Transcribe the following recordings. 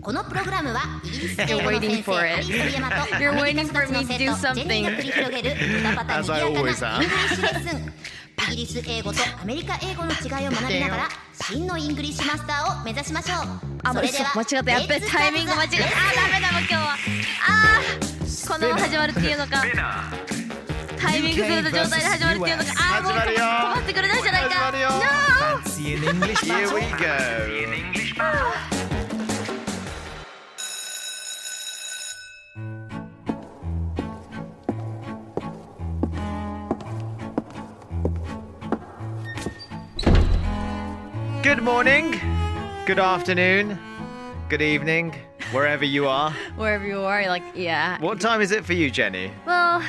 このプログラムはイギリス英語 You're の先生 waiting for ア it. リス鳥山と You're アメリカ育 waiting for me ち to の do 生徒ジェニーが繰り広げ something. る二股 As I にぎやかなイングリ always ッシュレッスンイギリス英語とアメリカ英語の違いを学びながら真のイングリッシュマスターを目指しましょうあ、そもうれで嘘は間違った。やっべ、タイミング間違った。あ、ダメだもう今日は。あー、このまま始まるっていうのか。タイミングずれた状態で始まるっていうのか。あー、もう始まるよ困ってくれないじゃないか。始まるよ No! See an English Here we go. Good morning, good afternoon, good evening, wherever you are. Wherever you are, like, yeah. What time is it for you, Jenny? Well,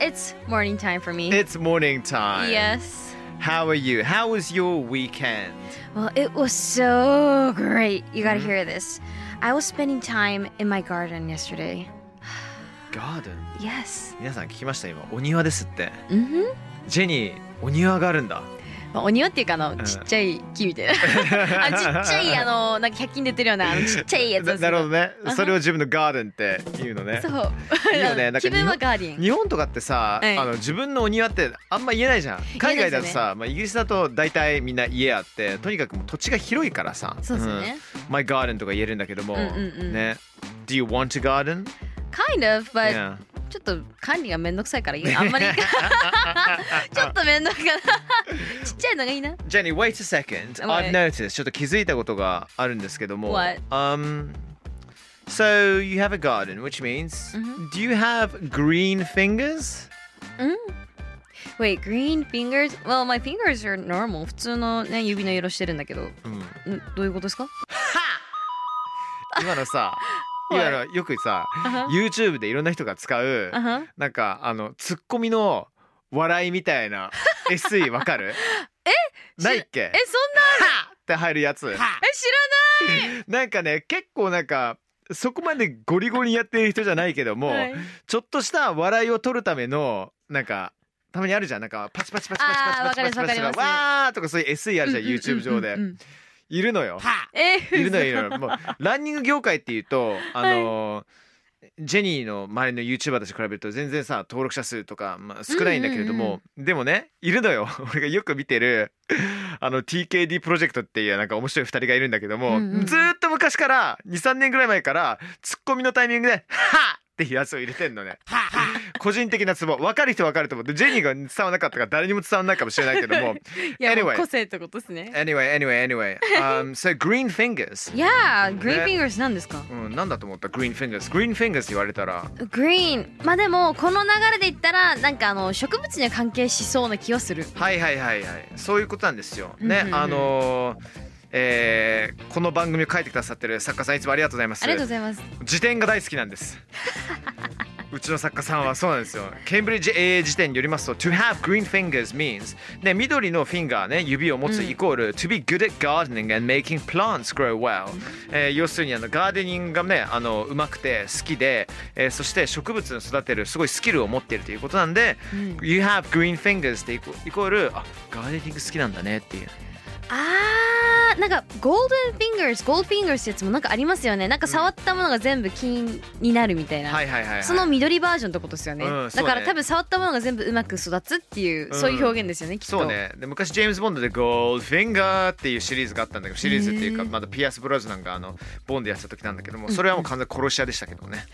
it's morning time for me. It's morning time. Yes. How are you? How was your weekend? Well, it was so great. You Mm-hmm. gotta hear this. I was spending time in my garden yesterday. Garden. Yes. 皆さん聞きました今お庭ですって。うんジェニー、お庭があるんだ。まあ、お庭っていうかあのんちっちゃい木 みたいなあちっちゃいあのなんか100均出てるようなあのちっちゃいやつ なですけなるほどねあは。それを自分のガーデンって言うのねそ。ういいよねなんか気分はガーディン日本とかってさ、はいあの自分のお庭ってあんま言えないじゃん海外だとさ、まあ、イギリスだと大体みんな家あってとにかくもう土地が広いからさそうですよね、うん、マイガーデンとか言えるんだけども、うんうんうんね Do you want to garden? kind of but、 Yeah. ちょっと管理がめんどくさいから あんまりちょっとめんどくさい からちっちゃいのがいいな Jenny, wait a second. What? I've noticed ちょっと気づいたことがあるんですけども。 What? Um, so you have a garden, which means、 Mhm. do you have green fingers? Wait green fingers well my fingers are normal 普通のね指の色してるんだけどんうんどういうことですか今のさ What? 今のよくさあは YouTube でいろんな人が使うあはなんかあのツッコミの笑いみた いな SE わかるえないっえけそんなって入るやつえ知なんかね結構なんかそこまでゴリゴリやってる人じゃないけども、らない、はいちょっとした笑いを取るためのなんかたまにあるじゃんなんかパチパチパチパチパチパチパチパあチパチーわかりますわかりますわーとかそういう SE あるじゃん YouTube 上でうんうんうんうんいるのよ。えいるのよいるのよもうランニング業界っていうとあのージェニーの周りの YouTuber たちと比べると全然さ登録者数とか、まあ、少ないんだけれども、うんうんでもねいるのよ 俺がよく見てるあの TKD プロジェクトっていうなんか面白い2人がいるんだけども、うんうんずーっと昔から23年ぐらい前からツッコミのタイミングで「はっ!」っていうやつを入れてん のね個人的なツボ分かる人分かると思ってジェニーが伝わらなかったから誰にも伝わらないかもしれない けども いや、もう Anyway 個性ってことですね。 anyway anyway anyway、um, so green fingers いやー、グリーンねフィンガーズなんですかうん、なんだと思ったグリーンフィンガースグリーンフィンガース言われたらグリーン。まあでも、この流れで言ったら、なんかあの、植物には関係しそうな気はする。はいはいはいはいそういうことなんですようね、んうんうんあのーえーこの番組を書いてくださってる作家さんいつもありがとうございますありがとうございます。辞典が大好きなんです うちの作家さんはそうなんですよケンブリッジ AA 辞典によりますと To have green fingers means ね緑のフィンガーね指を持つイコール、To be good at gardening and making plants grow well、えー要するにあのガーデニングがねあのうまくて好きで、えーそして植物の育てるすごいスキルを持っているということなんで、You have green fingers ってイコイコールあガーデニング好きなんだねっていうあー、なんか、ゴールデンフィンガーズ、ゴールドフィンガーズってやつもなんかありますよね。なんか触ったものが全部金になるみたいな。はいはいはい、はい、その緑バージョンってことですよね。うんそだうねから多分触ったものが全部うまく育つっていう、うんそういう表現ですよね、きっと。そうねで昔ジェームズ・ボンドで「ゴールドフィンガー」っていうシリーズがあったんだけどシリーズっていうかへーまだピアス・ブラウズなんかあのボンドやってた時なんだけどもそれはもう完全に殺し屋でしたけ どね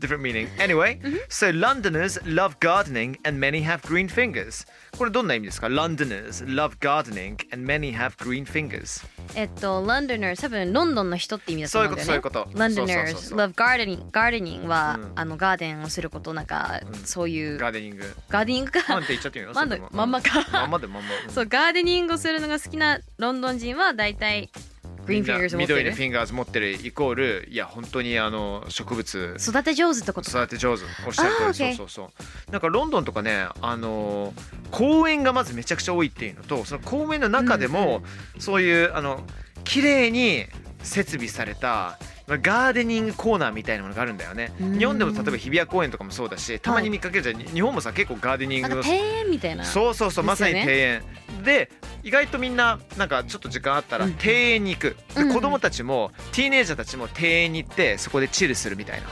Different meaning Anyway So Londoners love gardening and many have green fingers これどんな意味ですか Londoners love gardening and many have green fingers えっと、ロンドナー、多分ロンドンの人って意味だと思うんだよね。そういうことそういうことロンドナそうー、そうそうそう love gardening。gardening は、うんあのガーデンをすること、なんか、そういうガーデニングガーデニングマンかっ。て言っちゃってみようマンそでれともまんまか うんまんまでまんまうんそう、ガーデニングをするのが好きなロンドン人は、大体 Green みんな fingers を持ってる緑のフィンガーズ持ってるイコールいや本当にあの植物育て上手ってこと育て上手おっしゃるあー通り OK そうそうそうなんかロンドンとかねあのー公園がまずめちゃくちゃ多いっていうのとその公園の中でも、そういうあの綺麗に設備されたまあガーデニングコーナーみたいなものがあるんだよね、うん日本でも例えば日比谷公園とかもそうだしたまに見かけるじゃん、日本もさ結構ガーデニンなグんかの庭園みたいなそうそうそですよう、ねまさに庭園で意外とみんななんかちょっと時間あったらうん庭園に行く、うでんうん子供たちもティーネイジャーたちも庭園に行ってそこでチルするみたいな、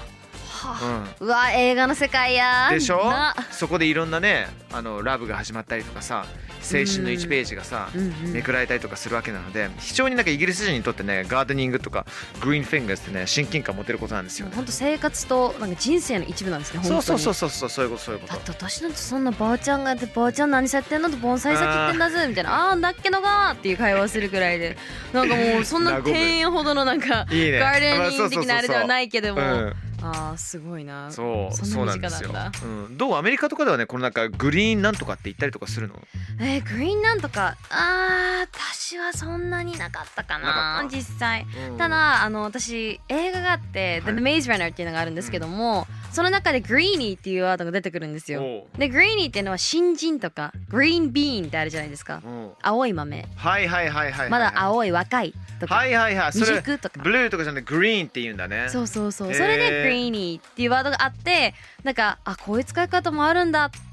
ううん、わ映画の世界やでしょなそこでいろんなねあのラブが始まったりとかさ青春の1ページがさ、うんうんめくられたりとかするわけなので非常になんかイギリス人にとってねガーデニングとかグリーンフィンガーズってね親近感持てることなんですよもうね本当生活となんか人生の一部なんですねそうそうそううそうそうそういうことそういうこだとって私なんてそんなばあちゃんがやってばあちゃん何さやってんのと盆栽さ切ってんだぜみたいなあーだっけのがーっていう会話をするくらいでなんかもうそんな和む庭園ほどのなんかいいねガーデニンまあそうそうグそうそう的なあれではないけども、うんあーすごいなそうそそんうな身な近んですよなんだ、うん、どうアメリカとかではねこのなんかグリーンなんとかって言ったりとかするのえー、グリーンなんとかあー私はそんなになかったかななかった実際うんただあの私映画があって「はい The Maze Runner」っていうのがあるんですけども、その中で「グリーニー」っていうワードが出てくるんですよおうでグリーニーっていうのは新人とかグリーンビーンってあるじゃないですかうん青い豆はいはいはいはいはいまだ青い若いとか、はいはいはいそ未れ熟とかブルーとかじゃなくてグリーンって言うんだねそうそうそう、へーそれでグリーニーっていうワードがあってなんかあこういう使い方もあるんだっていう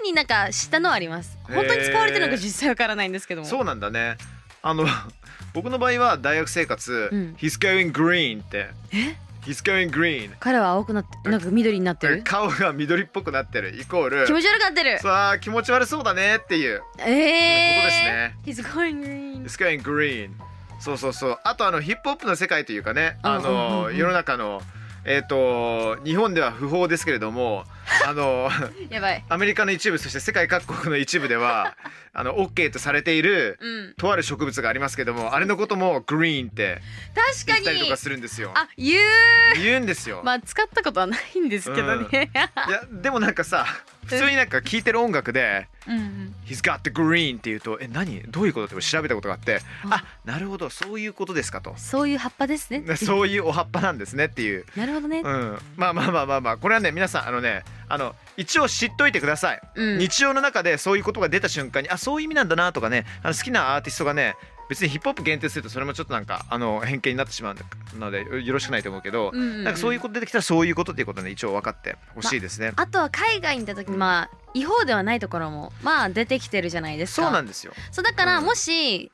ふうになんか知ったのはありますへー本当に使われてるのか実際わからないんですけどもそうなんだねあの 僕の場合は大学生活「うん He's going green」って「He's going green 彼は青くなってなんか緑になって」る顔が緑っぽくなってるイコール気持ち悪くなってるさあ気持ち悪そうだねっていうええー、He's going green He's going green そうそうそうあとあのヒップホップの世界というかねあうんうんうのんうん世の中のえっ、と日本では不法ですけれど もあのやばいアメリカの一部そして世界各国の一部ではあの OK とされているうんとある植物がありますけどもあれのこともグリーンって言っ確かたりとにかするんですよあ言う言うんですよ、まあ使ったことはないんですけどね、いやでもなんかさ普通になんか聴いてる音楽でうんうん「He's got the green」って言うと「え何どういうこと?」って調べたことがあって「あなるほどそういうことですか」とそういう葉っぱですね「 そういうお葉っぱなんですね」っていう、なるほどね、うん、まあまあまあまあまあこれはね皆さんあのねあの一応知っといてください、うん日常の中でそういうことが出た瞬間にあそういう意味なんだなとかねあの好きなアーティストがね別にヒップホップ限定するとそれもちょっとなんかあの偏見になってしまうのでよろしくないと思うけど、うんうんうんなんかそういうこと出てきたらそういうことっていうことね一応分かってほしいですね、あとは海外にいた時にまあ違法ではないところもまあ出てきてるじゃないですかそうなんですよそうだからうんもし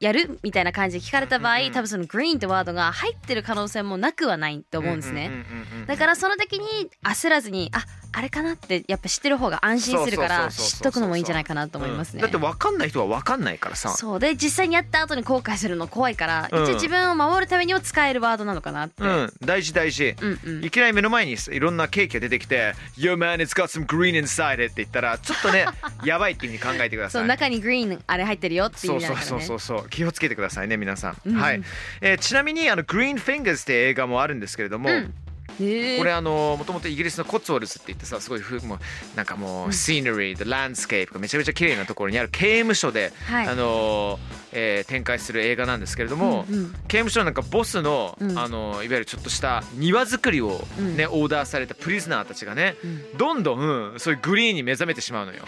やるみたいな感じで聞かれた場合、うんうんうん多分そのグリーンってワードが入ってる可能性もなくはないと思うんですね、うんうんうんうんうんだからその時に焦らずにああれかなってやっぱ知ってる方が安心するからそうそうそうそうそ知うっとくのもいいんじゃないかなと思いますね、うんだって分かんない人は分かんないからさそうで実際にやった後に後悔するの怖いから、うん一応自分を守るためにも使えるワードなのかなって、うん大事大事、うんうんいきなり目の前にいろんなケーキが出てきて「Your man it's got some green inside it」って言ったらちょっ とねやばいっていうふうに考えてくだそさうい。中にグリーンあれ入ってるよっていう意そう味だそかうらねそうそうそう気をつけてくださいね皆さん、んはい、えーちなみにあの「グリーンフィンガーズ」って映画もあるんですけれども、うんへーこれあのもともとイギリスのコッツウォルズって言ってさすごいふもうなんかもうシーナリー、ランスケープがめちゃめちゃ綺麗なところにある刑務所で、はいあのえー展開する映画なんですけれども、うんうん刑務所のなんかボスの,、うんあのいわゆるちょっとした庭作りを、ねオーダーされたプリズナーたちがね、どんどん、うんそういうグリーンに目覚めてしま うのよ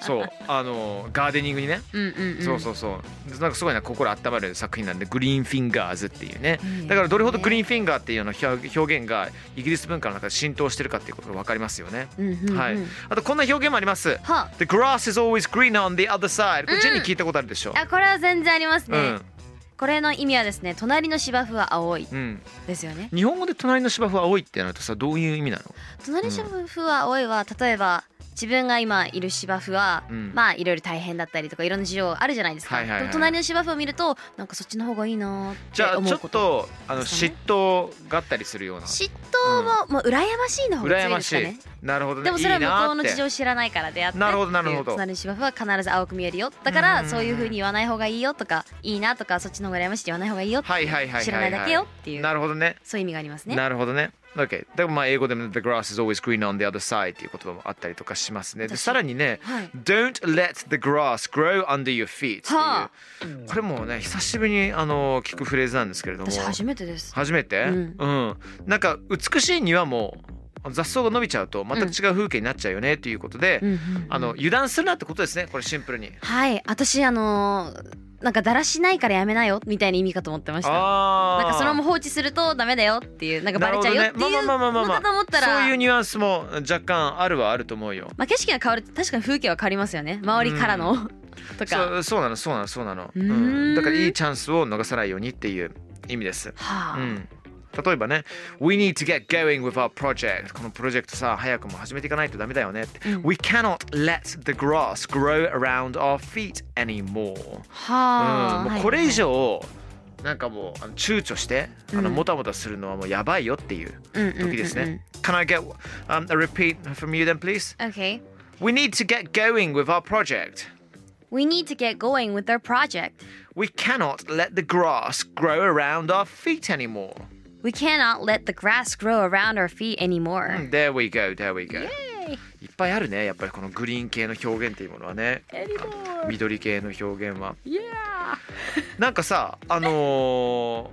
そうあのガーデニングにね。うんうんうんそうそうそうなんかすごいな心温まる作品なんでグリーンフィンガーズっていうねいいだからどれほどグリーンフィンガーっていうような表表現がイギリス文化の中で浸透してるかっていうことが分かりますよね、うんうんうんはいあとこんな表現もありますは The grass is always green on the other side これジェニー聞いたことあるでしょあこれは全然ありますうね、ん、これの意味はですね隣の芝生は青いうん、ですよね日本語で隣の芝生は青いってなるとさどういう意味なの隣の芝生は青いは例えば自分が今いる芝生は、うんまあいろいろ大変だったりとかいろんな事情あるじゃないですか、はいはいはいでも隣の芝生を見るとなんかそっちの方がいいなーってじゃあ思ちょうっこととあのですか嫉ね妬があったりするような嫉妬も、まあ、羨ましいの方が強羨いまでしすかねいなるほどねでもそれはいいな向こうーのって事情を知らないからであってなるほどなるほど隣の芝生は必ず青く見えるよだかうらんそういうふうに言わない方がいいよとかいいなとかそっちの方が羨ましいって言わない方がいいよってはいはいはいはい、はい、知らないだけよっていうなるほどねそういう意味がありますねなるほどね。 Okay. でまあ英語でも The grass is always green on the other side という言葉もあったりとかしますね。でさらにね、はい Don't let the grass grow under your feet っていう、はあこれもね久しぶりにあの聞くフレーズなんですけれども私初めてです初めて、うんうんなんか美しい庭も雑草が伸びちゃうと全く違う風景になっちゃうよねということで、うんうんうんあの油断するなってことですねこれシンプルに。はい私あのーなんかだらしないからやめなよみたいな意味かと思ってましたあーなんかそのまま放置するとダメだよっていうなんかバレちゃうよっていうなるほどねまあまあまあまあのまあかと思ったらそういうニュアンスも若干あるはあると思うよ。まあ景色が変わると確かに風景は変わりますよね周りからのとそかうそうなのそうなのそうなの、ううーん、んだからいいチャンスを逃さないようにっていう意味です、はあ、うん、例えばね「We need to get going with our project」このプロジェクトさ早くも始めていかないとダメだよねって、We cannot let the grass grow around our feet anymore」はあ、うん、もうこれ以上なんかもうあの躊躇してあのうんもたもたするのはもうやばいよっていう時ですね、うんうんうん Can I get、um, a repeat from you then please? Okay We need to get going with our project We need to get going with our project We cannot let the grass grow around our feet anymore. We cannot let the grass grow around our feet anymore There we go, there we go. いっぱいあるね、やっぱりこのグリーン系の表現っていうものはね。緑系の表現は。なんかさ、あの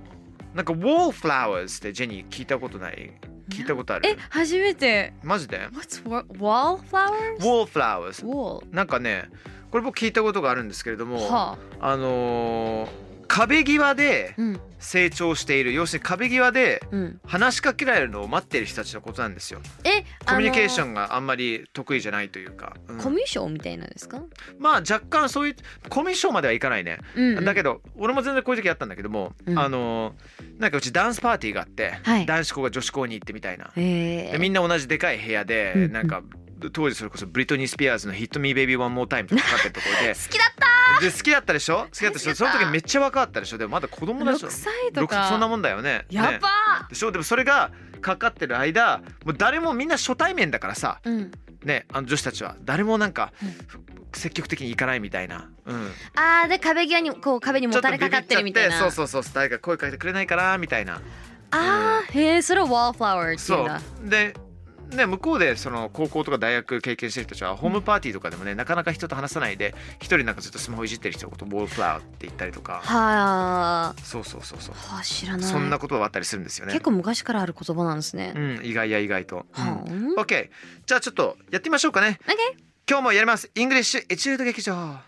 ー、なんか wallflowers ってジェニー聞いたことない聞いたことあえる初めてマジで What's wa- wallflowers? ?wallflowers。 Wall なんかね、これ僕聞いたことがあるんですけれども、はあのー、壁際であうん成長している、要するに壁際でうん話しかけられるのを待っている人たちのことなんですよ。えコミュニケーションンがあんまり得意じゃないというか、うんコミュ障みたいなんですかまあ若干そういうコミュ障まではいかないね、うんうんだけど俺も全然こういう時あったんだけども、うんあのーなんかうちダンスパーティーがあって、はい男子校が女子校に行ってみたいな、えでみんな同じでかい部屋で、うんうんなんか当時それこそブリトニー・スピアーズの「Hit Me Baby One More Time」とかかかってるところ で好きだったで好きだったでしょ好きだったでしょその時めっちゃ若かったでしょでもまだ子供だし6歳とかそんなもんだよねやばねでしょでもそれがかかってる間もう誰もみんな初対面だからさ、うんね、あの女子たちは誰もなんか、積極的に行かないみたいな、うん、あーで壁際にこう壁にもたれかかってるみたいなそうそうそう誰か声かけてくれないかなみたいなあーへえそれを wallflower っていうんだそうで、ね、向こうでその高校とか大学経験してる人たちはホームパーティーとかでもね、なかなか人と話さないで一人なんかずっとスマホいじってる人のことをボールフラワーって言ったりとかはあそうそうそうそうはあ知らないそんなことがあったりするんですよね結構昔からある言葉なんですねうん意外や意外と、うんはあ OK じゃあちょっとやってみましょうかね OK 今日もやりますイングリッシュエチュード劇場バ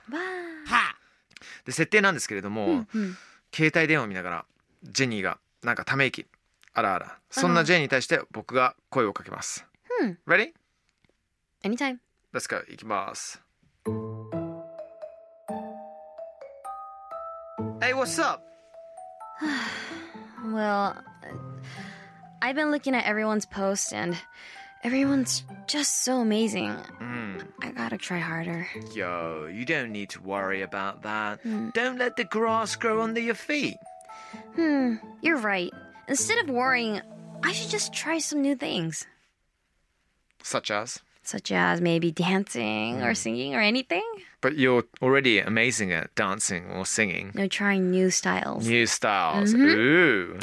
で設定なんですけれども、ーうん携帯電話を見ながらジェニーがなんかため息あらあらそんなジェニーに対して僕が声をかけます。うん Ready? Anytime Let's go いきます。Hey, what's up? Well, I've been looking at everyone's posts and everyone's just so amazing. うん。 I gotta try harder. Yo, you don't need to worry about that. Don't let the grass grow under your feet. Hmm, you're right. Instead of worrying, I should just try some new things, Such as? such as maybe dancing Mm. or singing or anything. But you're already amazing at dancing or singing. No, trying new styles. New styles. Ooh.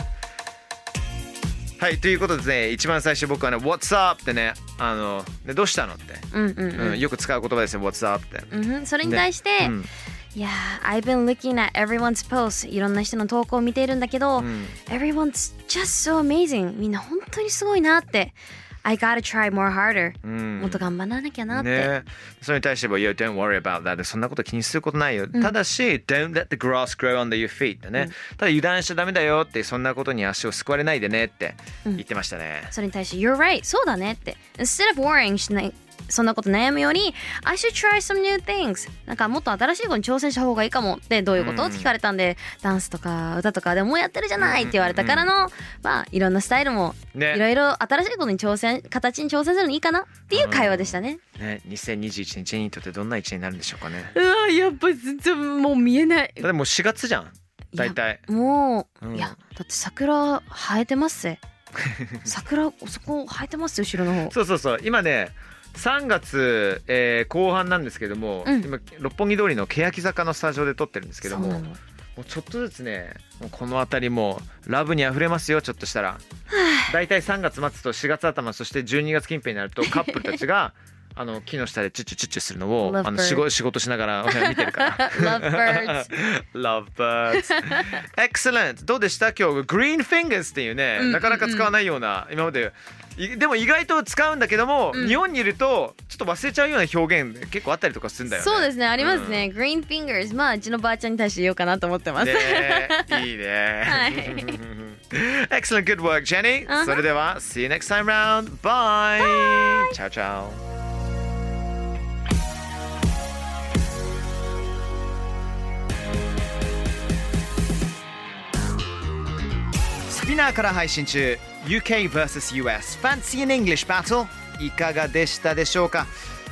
はいということでね一番最初僕はね「What's up?」ってねあのねどうしたのって、うんうんうんよく使う言葉ですよ「What's up?」って。うん、それに対して、うんいやー、I've been looking at everyone's posts. いろんな人の投稿を見ているんだけど、everyone's just so amazing. みんな本当にすごいなって。I gotta try more harder.、んもっと頑張らなきゃなって。ね、それに対しても「Yo, don't worry about that」そんなこと気にすることないよ、ただし「Don't let the grass grow under your feet」ってね、ただ油断しちゃダメだよってそんなことに足をすくわれないでねって言ってましたね、それに対して、You're right! そうだねって。Instead of worrying しない、そんなこと悩むより、I should try some new things! なんかもっと新しいことに挑戦した方がいいかもって、どういうこと、って聞かれたんで、ダンスとか歌とかでももうやってるじゃないって言われたからの、まあ、いろんなスタイルも、ねいろいろ新しいことに挑戦、形に挑戦するのいいかなっていう会話でしたね。ね2021年ジェニーにとってどんな1年になるんでしょうかねうわ、やっぱ全然もう見えない。だってもう4月じゃん大体もう、うんいや、だって桜生えてます ぜ。桜、そこ生えてますよ、後ろの方。そうそうそう今ね3月、えー後半なんですけども、うん今六本木通りの欅坂のスタジオで撮ってるんですけどそうもなもの。うちょっとずつねもうこの辺りもうラブにあふれますよちょっとしたら大体3月末と4月頭そして12月近辺になるとカップルたちが あの木の下でチュッチュチュッチュするのを Lovebird あの仕事仕事しながらお部屋見てるから Lovebirds Lovebirds Excellent どうでした今日 Green Fingers っていうね、うんなかなか使わないような今までいでも意外と使うんだけども、うん日本にいるとちょっと忘れちゃうような表現結構あったりとかするんだよねそうですねありますね、グリーンフィンガーズまあうちのばあちゃんに対して言おうかなと思ってます、ねえいいね。はい Excellent, good work, Jenny. Uh-huh. それでは、see you next time round. Bye! Ciao, ciao. Spinner から配信中 UK vs.US Fancy in English Battle いかがでしたでしょうか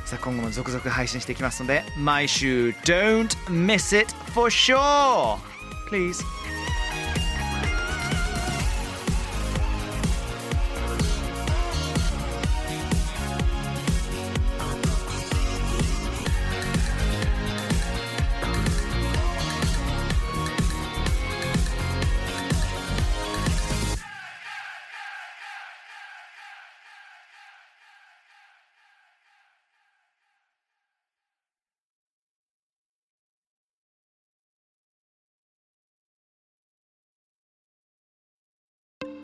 さあ今後も続々配信していきますので毎週 Don't miss it for sure! Please! Spotify